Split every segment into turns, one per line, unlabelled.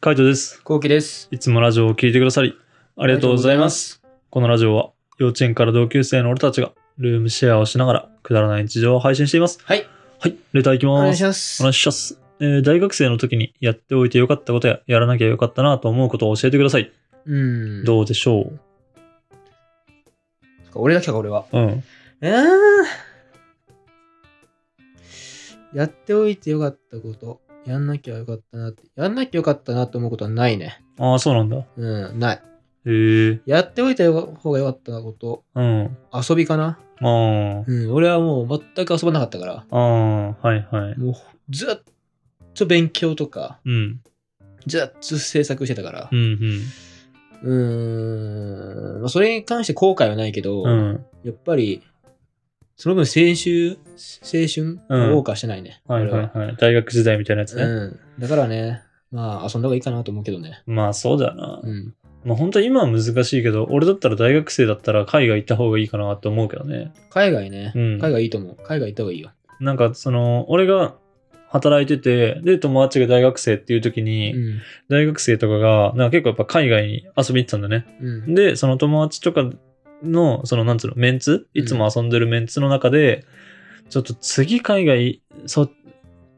カイトです。
こうきです。
いつもラジオを聞いてくださり、あ
あ
りがとうございます。
す。
このラジオは、幼稚園から同級生の俺たちが、ルームシェアをしながら、くだらない日常を配信しています。
はい。
はい、レターいき
お願
ま
いし
す。
ます
お。願いします。えー大学生の時にやっておいてよかったことや、やらなきゃよかったなと思うことを教えてください。
うん。
どうでしょう
俺だけか、俺は。
うん。
えー、やっておいてよかったこと。やんなきゃよかったなって。やんなきゃよかったなって思うことはないね。
ああ、そうなんだ。へ
うん、ない。
え
やっておいた方がよかったこと。
うん。
遊びかな
あー
うん、俺はもう全く遊ばなかったから。
あー、はいはい。
もうずっと勉強とか、
うん。
ずっと制作してたから
う。ん
うーん、まあ、それに関して後悔はないけど、
うん。うん。
やっぱり、その分青春、青春を謳歌してないね。
はい
俺
はいはい。大学時代みたいなやつね。
うん。だからね、まあ遊んだ方がいいかなと思うけどね。
まあそうだよな。
うん。
まあ本当に今は難しいけど、俺だったら大学生だったら海外行った方がいいかなって思うけどね。
海外ね、
うん
海外いいと思う。海外行った方がいいよ。
なんかその、俺が働いてて、で、友達が大学生っていう時に、
うん。
大学生とかが、なんか結構やっぱ海外に遊び行ってたんだね。
うん。
で、その友達とかの、そのなんつうの、メンツいつも遊んでるメンツの中で、ちょっと次海外、そ、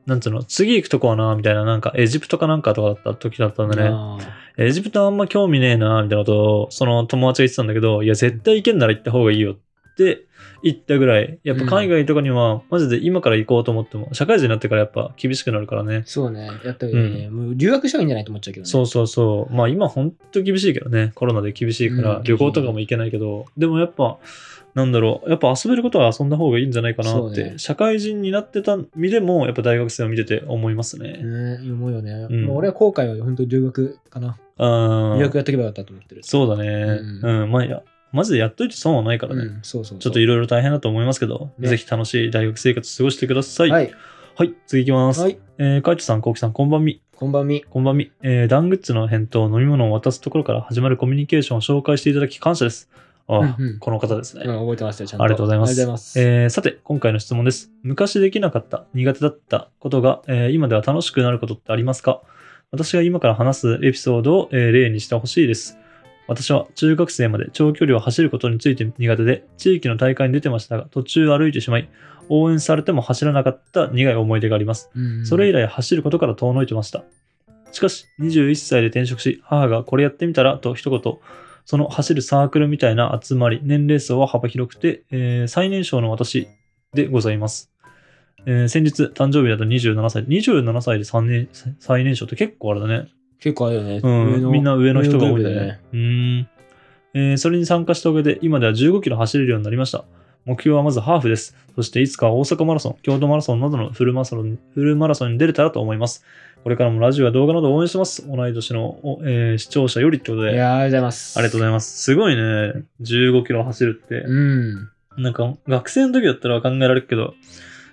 なんつうの、次行くとこはな、みたいな、なんかエジプトかなんかとかだった時だったんだね。
あ
エジプトあんま興味ねえな、みたいなことを、その友達が言ってたんだけど、いや、絶対行けんなら行った方がいいよって言ったぐらい、やっぱ海外とかには、マジで今から行こうと思っても、社会人になってからやっぱ厳しくなるからね
ー。そうね。やった方がいいね。もう留学した方がいいんじゃないと思っちゃうけどね。
そうそうそう。まあ今ほんと厳しいけどね。コロナで厳しいから
う、ん
旅行とかも行けないけど、でもやっぱ、なんだろう、やっぱ遊べることは遊んだ方がいいんじゃないかなっ
そう
て、
ね
社会人になってた身でも、やっぱ大学生を見てて思いますね。
ね、思うよね。
うん
もう俺は後悔は本当に留学かな。
あ
留
ん
学。やっとけばよかったと思ってる。
そうだね。
う
うん、まあいや、マジでやっといて損はないからね。
うん、そうそうそう。
ちょっといろいろ大変だと思いますけど、
ね
ぜひ楽しい大学生活過ごしてください。
は
はい、
い。
次いきます。
はい。
えー、カイトさん、コウキさん、こんばんみ。
こんばんみ。
こんばんみ。えー、ダングッズの返答、飲み物を渡すところから始まるコミュニケーションを紹介していただき感謝です。あ、
うんうん
この方ですね。
うん、覚えてましたよ、ちゃんと。
ありがとうございます
ありがとうございます。
えーさて、今回の質問です。昔できなかった、苦手だったことが、えー今では楽しくなることってありますか私が今から話すエピソードを、えー例にしてほしいです。私は中学生まで長距離を走ることについて苦手で、地域の大会に出てましたが、途中歩いてしまい、応援されても走らなかった苦い思い出があります。
うん
それ以来走ることから遠のいてました。しかし、21歳で転職し、母がこれやってみたらと一言、その走るサークルみたいな集まり、年齢層は幅広くて、えー最年少の私でございます。えー先日、誕生日だと27歳。27歳で3年最年少って結構あれだね。
結構あるよね。
う
上の
ん、みんな上の人が多いんだ
上のグループ
ね。
だ
うーん、えーそれに参加したおかげで、今では15キロ走れるようになりました。目標はまずハーフです。そしていつかは大阪マラソン、京都マラソンなどのフルマラソンフルマラソンに出れたらと思います。これからもラジオや動画など応援してます。同い年の、おえー視聴者よりってことで、あ
い
り
やーありがとうございます。
がとうご
ざい
ざいます。すごいね。15キロ走るって。
うん。
なんか、学生の時だったら考えられるけど、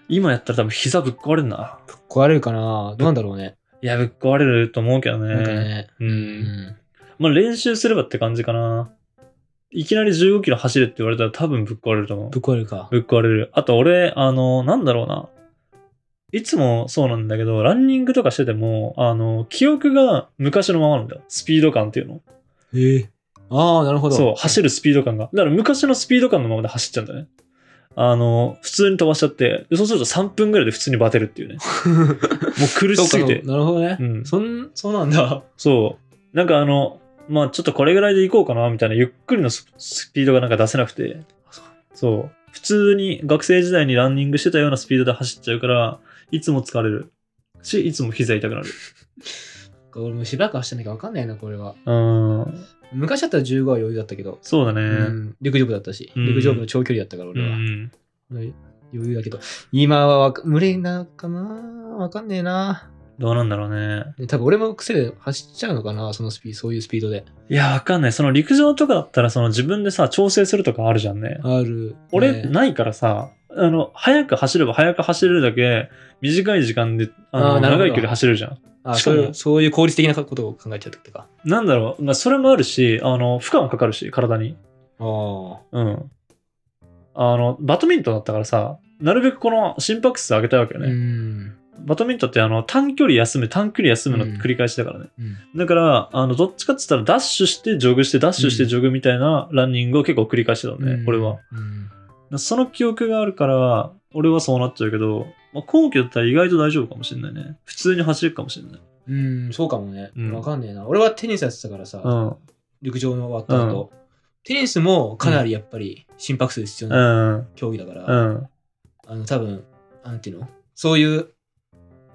今やったら多分膝ぶっ壊れるな。
ぶっ壊れるかなどうなんだろうね。
いや、ぶっ壊れると思うけどね。
なんかね。
う。
うんん。
まあ練習すればって感じかな。いきなり15キロ走れって言われたら多分ぶっ壊れると思う
ぶ。っ壊れるか。
ぶっ壊れる。あと俺、あの、なんだろうな。いつもそうなんだけど、ランニングとかしてても、あの、記憶が昔のままなんだよ。スピード感っていうの。
ええ。ああ、なるほど。
そう、走るスピード感が。だから昔のスピード感のままで走っちゃうんだね。あの、普通に飛ばしちゃって、でそうすると3分ぐらいで普通にバテるっていう ね。もう苦しすぎ
そう
て
か。なるほどね
う。ん。
そん、そうなんだ。
そう。なんかあの、まあちょっとこれぐらいで行こうかな、みたいな、ゆっくりのススピードがなんか出せなくて。そう。普通に学生時代にランニングしてたようなスピードで走っちゃうから、いつも疲れる。し、いつも膝痛くなる。
俺もしばらく走ってなきゃわかんないな、これは。
うん。
昔だったら15は余裕だったけど。
そうだね。
う
うん
ん。陸上部だったし。
うん
陸上部の長距離だったから、
う
俺は。
ん。
余裕だけど。今はわか無理なのかなわかんねえな。
どうなんだろうね。
で多分俺も癖で走っちゃうのかなそのスピード、そういうスピードで。
いや、わかんない。その陸上とかだったら、その自分でさ、調整するとかあるじゃんね。
ある、
俺、
ね
ないからさ、あの、早く走れば早く走れるだけ、短い時間で、あの
あーなるほど
長い距離走れるじゃん。
あ
しか
そ
も
ういうそういう効率的なことを考えちゃったとか。
なんだろう、まあ、それもあるし、あの、負荷もかかるし、体に。
あ
うん。あの、バドミントンだったからさ、なるべくこの心拍数上げたいわけよ
あ。
ね。
ん。
バドミントンってあの短距離休む、短距離休むの繰り返しだからね。
うん
だから、あの、どっちかって言ったらダッシュしてジョグして、ダッシュしてジョグみたいなランニングを結構繰り返してたのね、
うん
俺は。
うん
その記憶があるから、俺はそうなっちゃうけど、まあ、後期だったら意外と大丈夫かもしれないね。普通に走れるかもしれない。
うん、そうかもね。
うん
わかんねえな。俺はテニスやってたからさ、
うん。
陸上の終わった後、テニスもかなりやっぱり心拍数必要
う。
なん競技だから、
うん。
あの多分、なんていうのそういう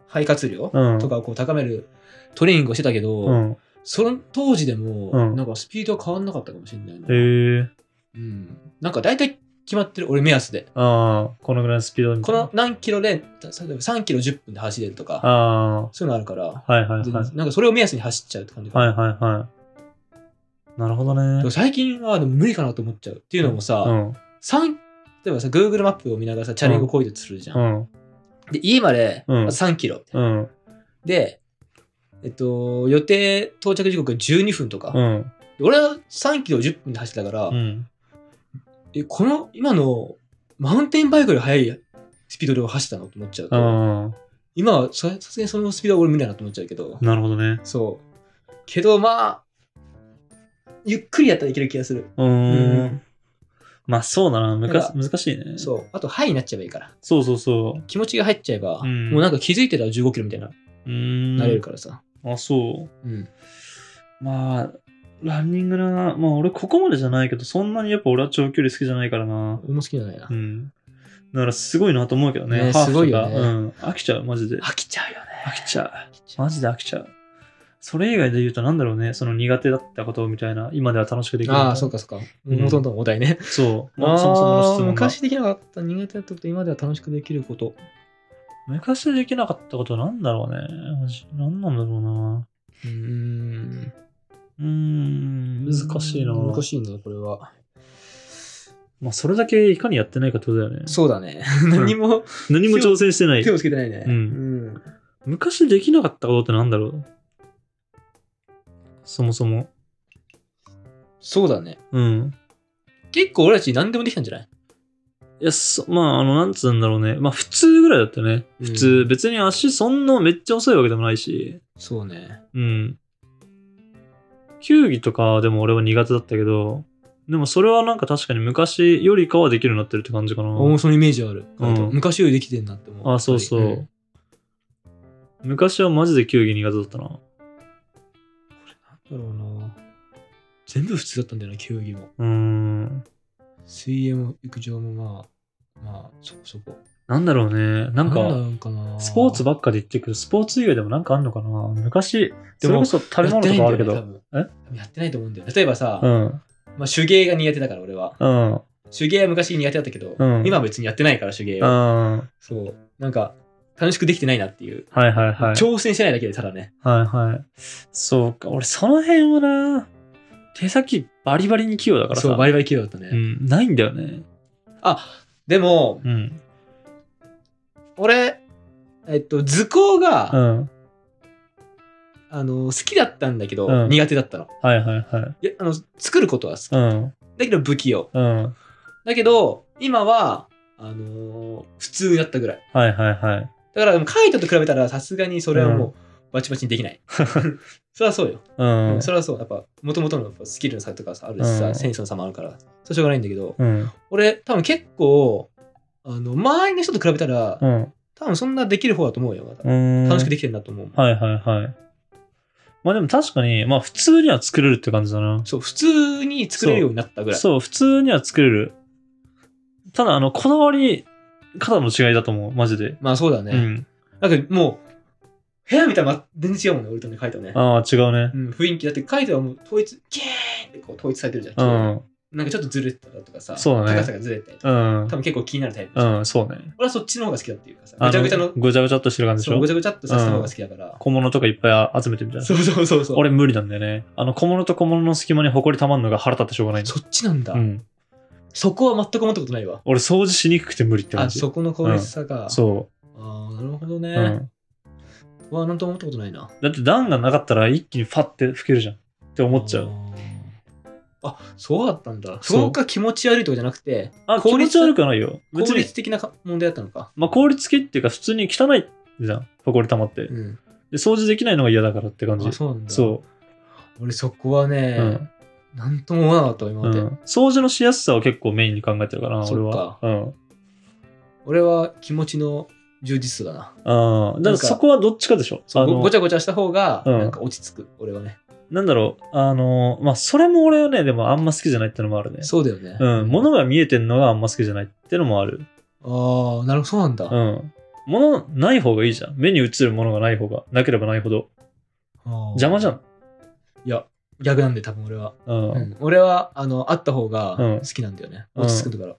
肺活量
うん。
とかをこう高めるトレーニングをしてたけど、
うん。
その当時でも、
うん
なんかスピードは変わんなかったかもしれないな。
へえ
うん、なんか大体決まってる、俺目安で。
ああ、このぐらいのスピードみた
こ
いな
の何キロで、例えば3キロ10分で走れるとか、
あ
そういうのあるから、
あ、はいはい
で
はい。
なんかそれを目安に走っちゃうって感じかな
はいはいはい。なるほどね
でも。最近はでも無理かなと思っちゃう。っていうのもさ、
うん。
三例えばさ、Google マップを見ながらさ、チャリンコこいでつるじゃん。
うん。
で、家まで、
うん
あと3キロ、
うん。
で、えっと、予定到着時刻が12分とか。
うん。
で俺は3キロ10分で走ってたから、
うん。
えこの今のマウンテンバイクより速いスピードで走ってたのと思っちゃうと、
あ
今はささすがにそのスピードは俺無理だなと思っちゃうけど
あ、、なるほどね。
そう。けど、まあ、ゆっくりやったらいける気がする。
うー
うんん。
まあそうだな。む
な
か
ん
難しいね。そう
そう。あと、ハイになっちゃえばいいから。
そうそ
気持ちが入っちゃえば、
うん
もうなんか気づいてたら15キロみたいな、
う。うーん。
なれるからさ。
あ、そう。
うん。
まあ、ランニングな、まあ俺ここまでじゃないけど、そんなにやっぱ俺は長距離好きじゃないからな。
俺も好きじゃないな
う。ん。だからすごいなと思うけどね。
ね
ハーフとか
すごいよね
うん。飽きちゃう、マジで。
飽きちゃうよね。
飽きちゃう。
う
マジで飽きちゃう。それ以外で言うとなんだろうね、その苦手だったことみたいな、今では楽しくできるみたいな。
ああ、そうかそうか。
うん
もともとのお題ね。
そう。ま
あ
あ、そもそもの質
ー
問が昔
昔できなかった苦手だったこと、今では楽しくできること。
できなかったことなんだろうね。マジなんなんだろうな。
うーん。
うーん、難しいな。
難しいね、これは。
まあ、それだけいかにやってないかってことだよね。
そうだね。何も
何も挑戦してない
手。をつけてないね。
うん
ん
昔できなかったことってなんだろうそもそも。
そうだね。
うん。
結構俺たち何でもできたんじゃない
いや、そまあ、あの、なんつうんだろうね。まあ、普通ぐらいだったよね。普通。
うん
別に足そんなめっちゃ遅いわけでもないし。
そうね。
うん。球技とかでも俺は苦手だったけど、でもそれはなんか確かに昔よりかはできるようになってるって感じかな。
おお、そのイメージある。
うん
昔よりできてんなって思う。
あ、そうそう。
やっぱりん
昔はマジで球技苦手だったな。
なんだろうな。全部普通だったんだよな、球技も。
うーん。
水泳も陸上もまあ、まあ、そこそこ。
なんだろうね。なんか、
なんかな
スポーツば
っ
っかで言ってるけど、スポーツ以外でもなんかあんのかな昔、
で
それ
も
こそ食べ物とかあるけど。
えやってないと思うんだよ。例えばさ、
うん。
まあ、手芸が苦手だから俺は。
うん。
手芸は昔苦手だったけど、
うん
今は別にやってないから手
う
芸
ん。
は。
は
そう。なんか、楽しくできてないなっていう。
いはいはい。
挑戦してないだけでただね。
はいはい。そうか。俺、その辺はな、手先バリバリに器用だからさ。
そう、バリバリ器用だったね。
うん、ないんだよね。
でも、
うん。
俺、えっと、図工が、
うん。
あの好きだったんだけど、
うん
苦手だったの。
はいはいはい。
いやあの作ることは好き。
うん。
だけど不器用。
うん。
だけど、今は、あのー普通だったぐらい。
はいはいはい。
だから、書いたと比べたら、さすがにそれはもう、バチバチにできない。 それはそうよ。
うん。
それはそう。やっぱ、もともとのやっぱスキルの差とかさ、あるし
う
さ、
ん
センスの差もあるから、それしょうがないんだけど、
うん。
俺、多分結構、あの、周りの人と比べたら、
うん。
多分そんなできる方だと思うよ。まだ
うん。
楽しくできてるなと思う。
はいはいはい。まあでも確かに、まあ普通には作れるって感じだな。
そう、普通に作れるようになったぐらい。
そう、普通には作れる。ただ、あの、こだわり方の違いだと思う、マジで。
まあそうだね。
うん。
なんかもう、部屋見たらま全然違うもんね、俺とね、書いたね。
ああ、違うね
う。ん、雰囲気だって書いてはもう統一、キーンってこう統一されてるじゃん。
うん。
なんかちょっとずれてたとかさ、
そうだね
高さがずれたりとか、
うん
多。分結構気になるタイプ、
うん、そうね。
俺はそっちの方が好きだっていうかさ、
あ
ぐちゃぐちゃの、
ごちゃごちゃっとしてる感じで
そ
し
う
ょ
ぐちゃぐちゃっとさせた方が好きだから。
小物とかいっぱい集めてみたいな
そうそうそうそう。
俺無理なんだよねあの小物と小物の隙間にホコリたまんのが腹立ってしょうがないんだ
そっちなんだ、
うん
そこは全く思ったことないわ。
俺掃除しにくくて無理って感
あ、
じ
そこの可愛さが。
そ
ああ、なるほど
う、
ね。うわ、なんとも思ったことないな。
うん、だって段がなかったら一気にファって吹けるじゃんって思っちゃう
あー。あ、そうだったんだ。
そう
そこが気持ち悪いとかじゃなくて、
あ
効
気持
率
ち悪くはないよ
効
別に
率的なか問題だったのか。
まあ、効率系っていうか普通に汚いじゃん。ファコリ溜まって。で、
うん。
掃除できないのが嫌だからって感じ
あ、。そうなんだ。。
そう
俺そこはね、
うん
なんとも思わなかったわ、
う。
今
う
まで。
ん。掃除のしやすさを結構メインに考えてるかな、
そっ
俺
か
は。うん。
俺は気持ちの充実度だな。
ああ、だか
な
ら
んか
そこはどっちかでしょ。あ
ご
の
ごちゃごちゃした方が、
うん
なんか落ち着く、俺はね。
なんだろう、あの、まあ、それも俺はね、でもあんま好きじゃないってのもあるね。
そうだよね。
うん、物が見えてんのがあんま好きじゃないってのもある。
ああ、なるほど、そうなんだ。
う
あ
ん。物ない方がいいじゃん。目に映るものがない方が、なければないほど。
ー
邪魔じゃん。
いや、逆なんで、多分俺は。
うん。
うん俺は、あの、あった方が
うん
好きなんだよね。
うん
落ち着くから。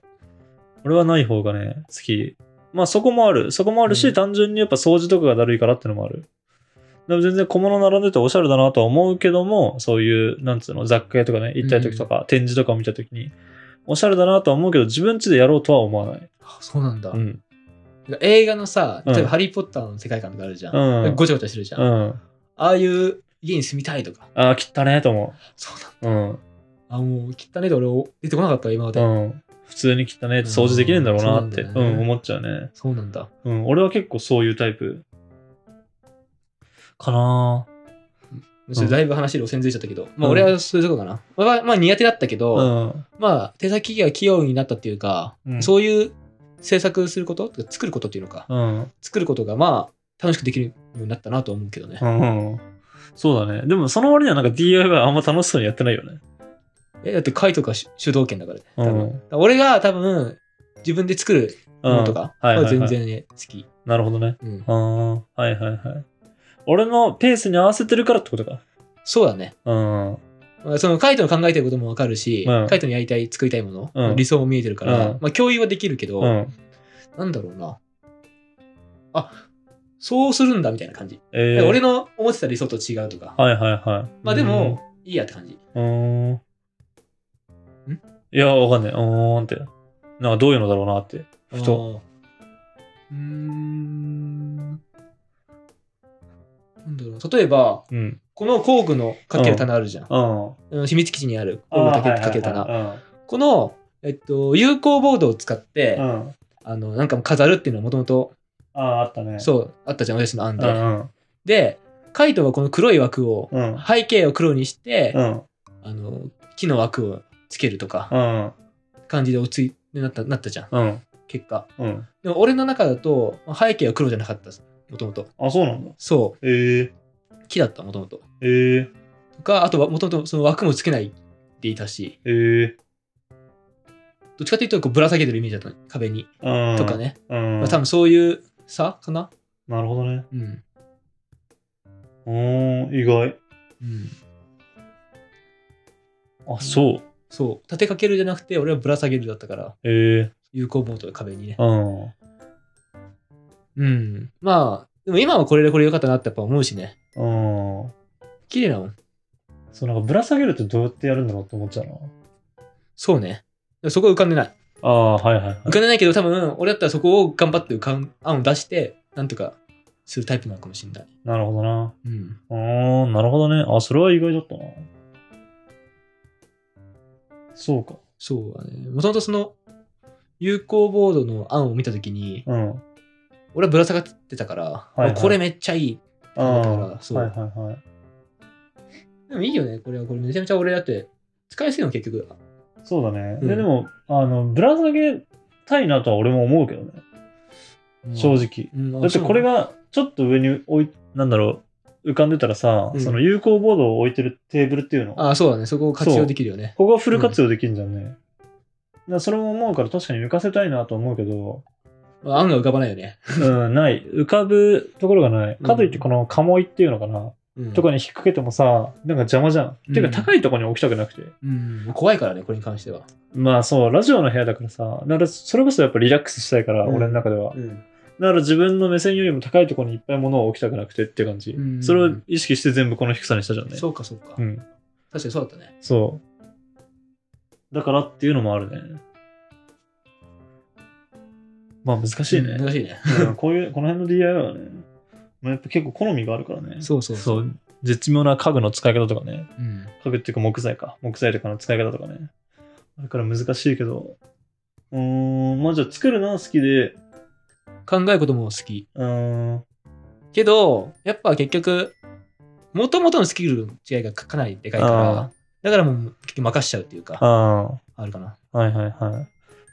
俺はない方がね、好き。まあそこもある。そこもあるし、
うん
単純にやっぱ掃除とかがだるいからってのもある。でも全然小物並んでておしゃれだなとは思うけども、そういう、なんつうの、雑貨屋とかね、行ったり時とか、展示とかを見た時に、おしゃれだなとは思うけど、自分家でやろうとは思わない。
あそうなんだ。
うん。
なんか映画のさ、
うん
例えばハリー・ポッターの世界観とかあるじゃん。
うん
ごちゃごちゃしてるじゃん。
う
あ
ん。
あいう家に住みたいとか。
ああ、切ったねと思
そうな
う。
んだ。
うん。
あ、もう、きったねで俺を出てこなかったわ、今まで。
うん。普通に切ったねって掃除できねえんだろうなって、
う
うんん
そうなんだよね
思っちゃうね。
そうなんだ。
うん。俺は結構そういうタイプ。かな
ちょっとだいぶ話路線づいちゃったけど、まあ俺はそういうとこかな。まあ、まあ苦手だったけど、
ぁ。うん。
まあ手先が器用になったっていうか、
うん
そういう制作することてか作ることっていうのか、
うん。
作ることがまあ楽しくできるようになったなと思うけどね。
うん。そうだね。でもその割にはなんか DIY あんま楽しそうにやってないよね。
えだって貝とかし主導権だからね。多分
うん
だから俺が多分自分で作るものとか
うんはいはい
は
はい
全然ね、好き。
なるほどね。
うん
ああ、はいはいはい。俺のペースに合わせてるからってことか。
そうだね。
うん。
まあそのカイトの考えてることもわかるし、
うん
カイトにやりたい、作りたいもの、
うん
理想も見えてるから、
うん
まあ共有はできるけど、
うん。
なんだろうな。あそうするんだみたいな感じ。
えー、
俺の思ってた理想と違うとか。
はいはいはい。
まあでも、いいやって感じ。
うん、うーん。いや、わかんない。うーんって。なんかどういうのだろうなって。ふと。
あー。うーん。なんだろう。例えば、
うん。
この工具のかける棚あるじゃん。
うん。
うん秘密基地にある工具かけ
あー
かける棚。。
はいはいはい
この、えっと、有効ボードを使って、
うん。うん
あの、なんか飾るっていうのはもともと、
ああ、あったね。う。
そう、あったじゃん、私の案
う
で。
ん。
で、カイトはこの黒い枠を、
うん。
背景を黒にして、
うん。
あの、木の枠をつけるとか、
うん。
感じで落ち着いてなった、なったじゃん、
うん。
結果。
うん。
でも俺の中だと、背景は黒じゃなかったです、もともと。
あ、そうなんだ。
そ
えー、
う、木だった、もともと。
えー、
とか、あとは、もともとその枠もつけないでいたし、
えー。
どっちかというと、こうぶら下げてるイメージだったの、壁に。
うん
とか。ね。
うん。
まあ、多分そういう差かな。
なるほどね。
うん。
うーん、意外。
うん。
あ、そう。
そう、立てかけるじゃなくて、俺はぶら下げるだったから、
え
有効ボードで壁にね
え。うん。
うん。まあ、でも今はこれでこれ良かったなってやっぱ思うしね。
うん。
綺麗なもん。
そう、なんかぶら下げるってどうやってやるんだろうって思っちゃうな。
そうね。そこは浮かんでない。
ああ、はいはいはい。
浮かんでないけど、多分、俺だったらそこを頑張って浮かん、案を出して、なんとかするタイプなのかもしれない。
なるほどな。
うん。
うーん、なるほどね。あ、それは意外だったな。そうか。
そうだね。もともとその、有効ボードの案を見たときに、
うん。
俺はぶら下がってたから、
いはい
あこれめっちゃいい。
あ
だ
あ
から
ー、
そう
はいはいはい。
でもいいよね、これは。これめちゃめちゃ俺だって、使いやすいの結局。
そうだね。
うん
ででも、あの、ぶら下げたいなとは俺も思うけどね。正直。
うん。
だってこれ
が、
がちょっと上に置い、なんだろう、浮かんでたらさ、
うん
その有効ボードを置いてるテーブルっていうの。
あそうだね。そこを活用できるよね。
ここはフル活用できるんじゃんね。だからそれも思うから確かに浮かせたいなと思うけど、
まあ案が浮かばないよね。
うん、ない。浮かぶところがない。かといってこの鴨居っていうのかな、
うん
とかに引っ掛けてもさ、なんか邪魔じゃん。
うん
ていうか高いところに置きたくなくて。
うん、怖いからね、これに関しては。
まあそう、ラジオの部屋だからさ、だからそれこそやっぱリラックスしたいから、
うん
俺の中では。
うん、
だから自分の目線よりも高いところにいっぱい物を置きたくなくてって感じ。
うん
それを意識して全部この低さにしたじゃんね。
そうか、そうか、
うん。
確かにそうだったね。
そう。だからっていうのもあるね。まあ難しいね。
難しいね。
うんこういう、この辺の DIY はね、まあ、やっぱ結構好みがあるからね。
そうそうう。
う絶妙な家具の使い方とかね。
うん、
家具っていうか木材か。木材とかの使い方とかね。だから難しいけど。うーん、まあじゃあ作るのは好きで、
考えることも好き。
うーん、
けど、やっぱ結局、もともとのスキルの違いがかかなりでかいから
あ、
だからもう結局任しちゃうっていうか、
あ
あるかな。
あ、はいはいはい。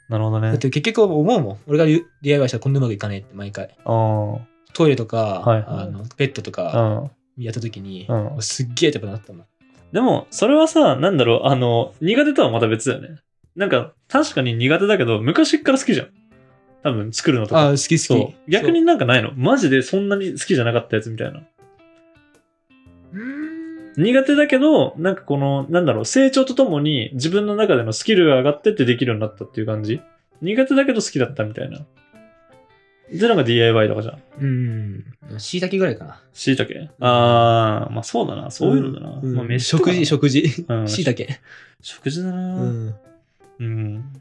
なるほど
だ
ね
っ。て結局思うもん。俺が DIY したらこんなうまくいかねえって毎回。
ああ、
トイレとか、
はい
あのベッドと
う
か
ん。
やった時に、
うん
すっげえってやっぱなったもん。
でも、それはさ、なんだろう、あの、苦手とはまた別だよね。なんか、確かに苦手だけど、昔っから好きじゃん。多分、作るのと
あ
か。
好き好き。
そう。逆になんかないのマジでそんなに好きじゃなかったやつみたいな。
そう、うーん
苦手だけど、なんかこの、なんだろう、成長とともに自分の中でのスキルが上がってってできるようになったっていう感じ苦手だけど好きだったみたいな。で、なんか DIY とかじゃん。
うん。しいたけぐらいかな。
しいたけあー、まあそうだな。そういうのだな。
ん
まあ飯とか
食事、食事。
うん
しいたけ。
食事だ
う
な、うん。
ん。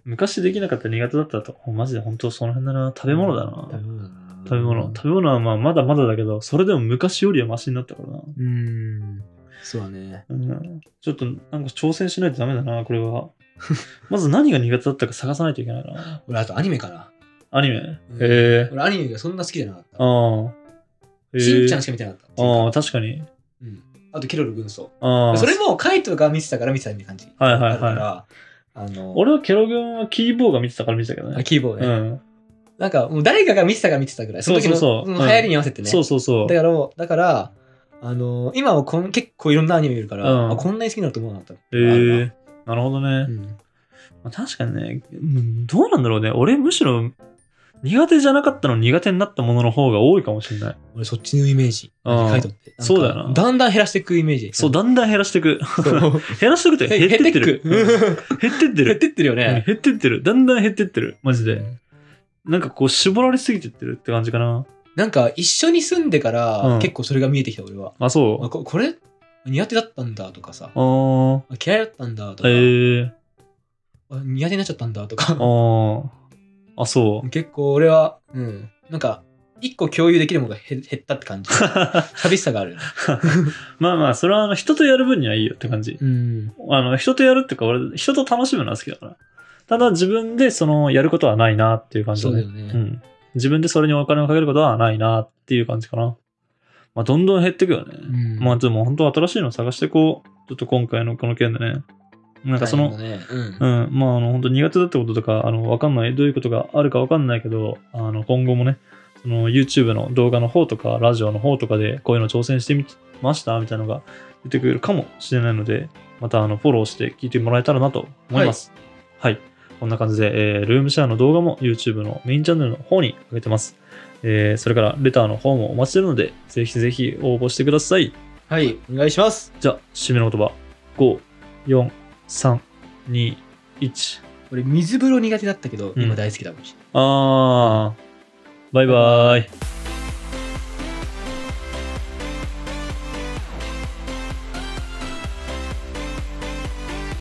昔できなかった苦手だったと。マジで本当その辺だな。食べ物だな。
食べ物だな。
食べ物。食べ物はまあまだまだだけど、それでも昔よりはマシになったからな。
うん。そうだね。
うんちょっとなんか挑戦しないとダメだな、これは。 まず何が苦手だったか探さないといけないな。
俺、あとアニメかな。
アニメへえ。
俺、アニメがそんな好きじゃなかった。
ああ。
しんちゃん
へ
しか見てなかった。
えああ、確かに。
うん。あと、ケロル軍曹。
ああ。
それも、カイトが見てたから見てたみたいな感じ。
はいはいはい
あるから、あの、
俺はケロ軍はキーボーが見てたから見てたけど
あ
ね。
キーボー
う
ね。
ん。
なんか、もう誰かが見てたから見てたぐらい。その時の
そうそうそう
の流行りに合わせてね。
そうそうそう
だ。からもう、だから、あの今はこん結構いろんなアニメ見るから、
うん
あこんなに好きになると思わなかった。
へえ。なるほど
あ
ね
る。な
まあ確かにね、うんどうなんだろうね。俺むしろ苦手じゃなかったの苦手になったものの方が多いかもしれない。
うん、俺そっちのイメージ。
うん
カイトって。なんか
そうだよな
だんだん減らしていくイメージ。
そう、だんだん減らしていく。
そう。
減らしていくって
減
減
っ
ってて
っ
ってて
る
る。。減ってって
減っ
る。
てってるよ
うん
ね。
減ってってる。だんだん減ってってる。マジで。なんかこう絞られすぎてってるって感じかな。
なんか一緒に住んでから、
うん
結構それが見えてきた俺は。
あ、そ
あここれ苦手だったんだとかさ
う。。あ
あ嫌いだったんだと
あ。
か、
ええ。
あ苦手になっちゃったんだとか。
あ あ。あ、そう。
結構俺は、うん。なんか、一個共有できるものが減減ったって 感じ。寂しさがある。
まあまあ、それはあの人とやる分にはいいよって感じ。
うん。
あの人とやるっていうか、俺、人と楽しむのは好きだから。ただ自分でそのやることはないなっていう感じ
そ
だ
うだ
ね
よ。ね。
うん。自分でそれにお金をかけることはないなっていう感じかな。まあ、どんどん減ってくよね。
うん
まあ、でも本当新しいの探してこう。ちょっと今回のこの件でね。なんかその、
大変だねうん
うん、まあ、あの、本当苦手だったこととか、あの、わかんない、どういうことがあるかわかんないけど、あの、今後もね、その、YouTube の動画の方とか、ラジオの方とかで、こういうの挑戦してみましたみたいなのが出てくるかもしれないので、また、あの、フォローして聞いてもらえたらなと思います。はい。こんな感じで、えールームシェアの動画も YouTube のメインチャンネルの方に上げてます。えーそれから、レターの方もお待ちしてるので、ぜひぜひ応募してください。
はい、お願いします。
じゃあ、締めの言葉、5、4、3、2、1。
俺、水風呂苦手だったけど、
うん
今大好きだもんし。
あー。バイバイ。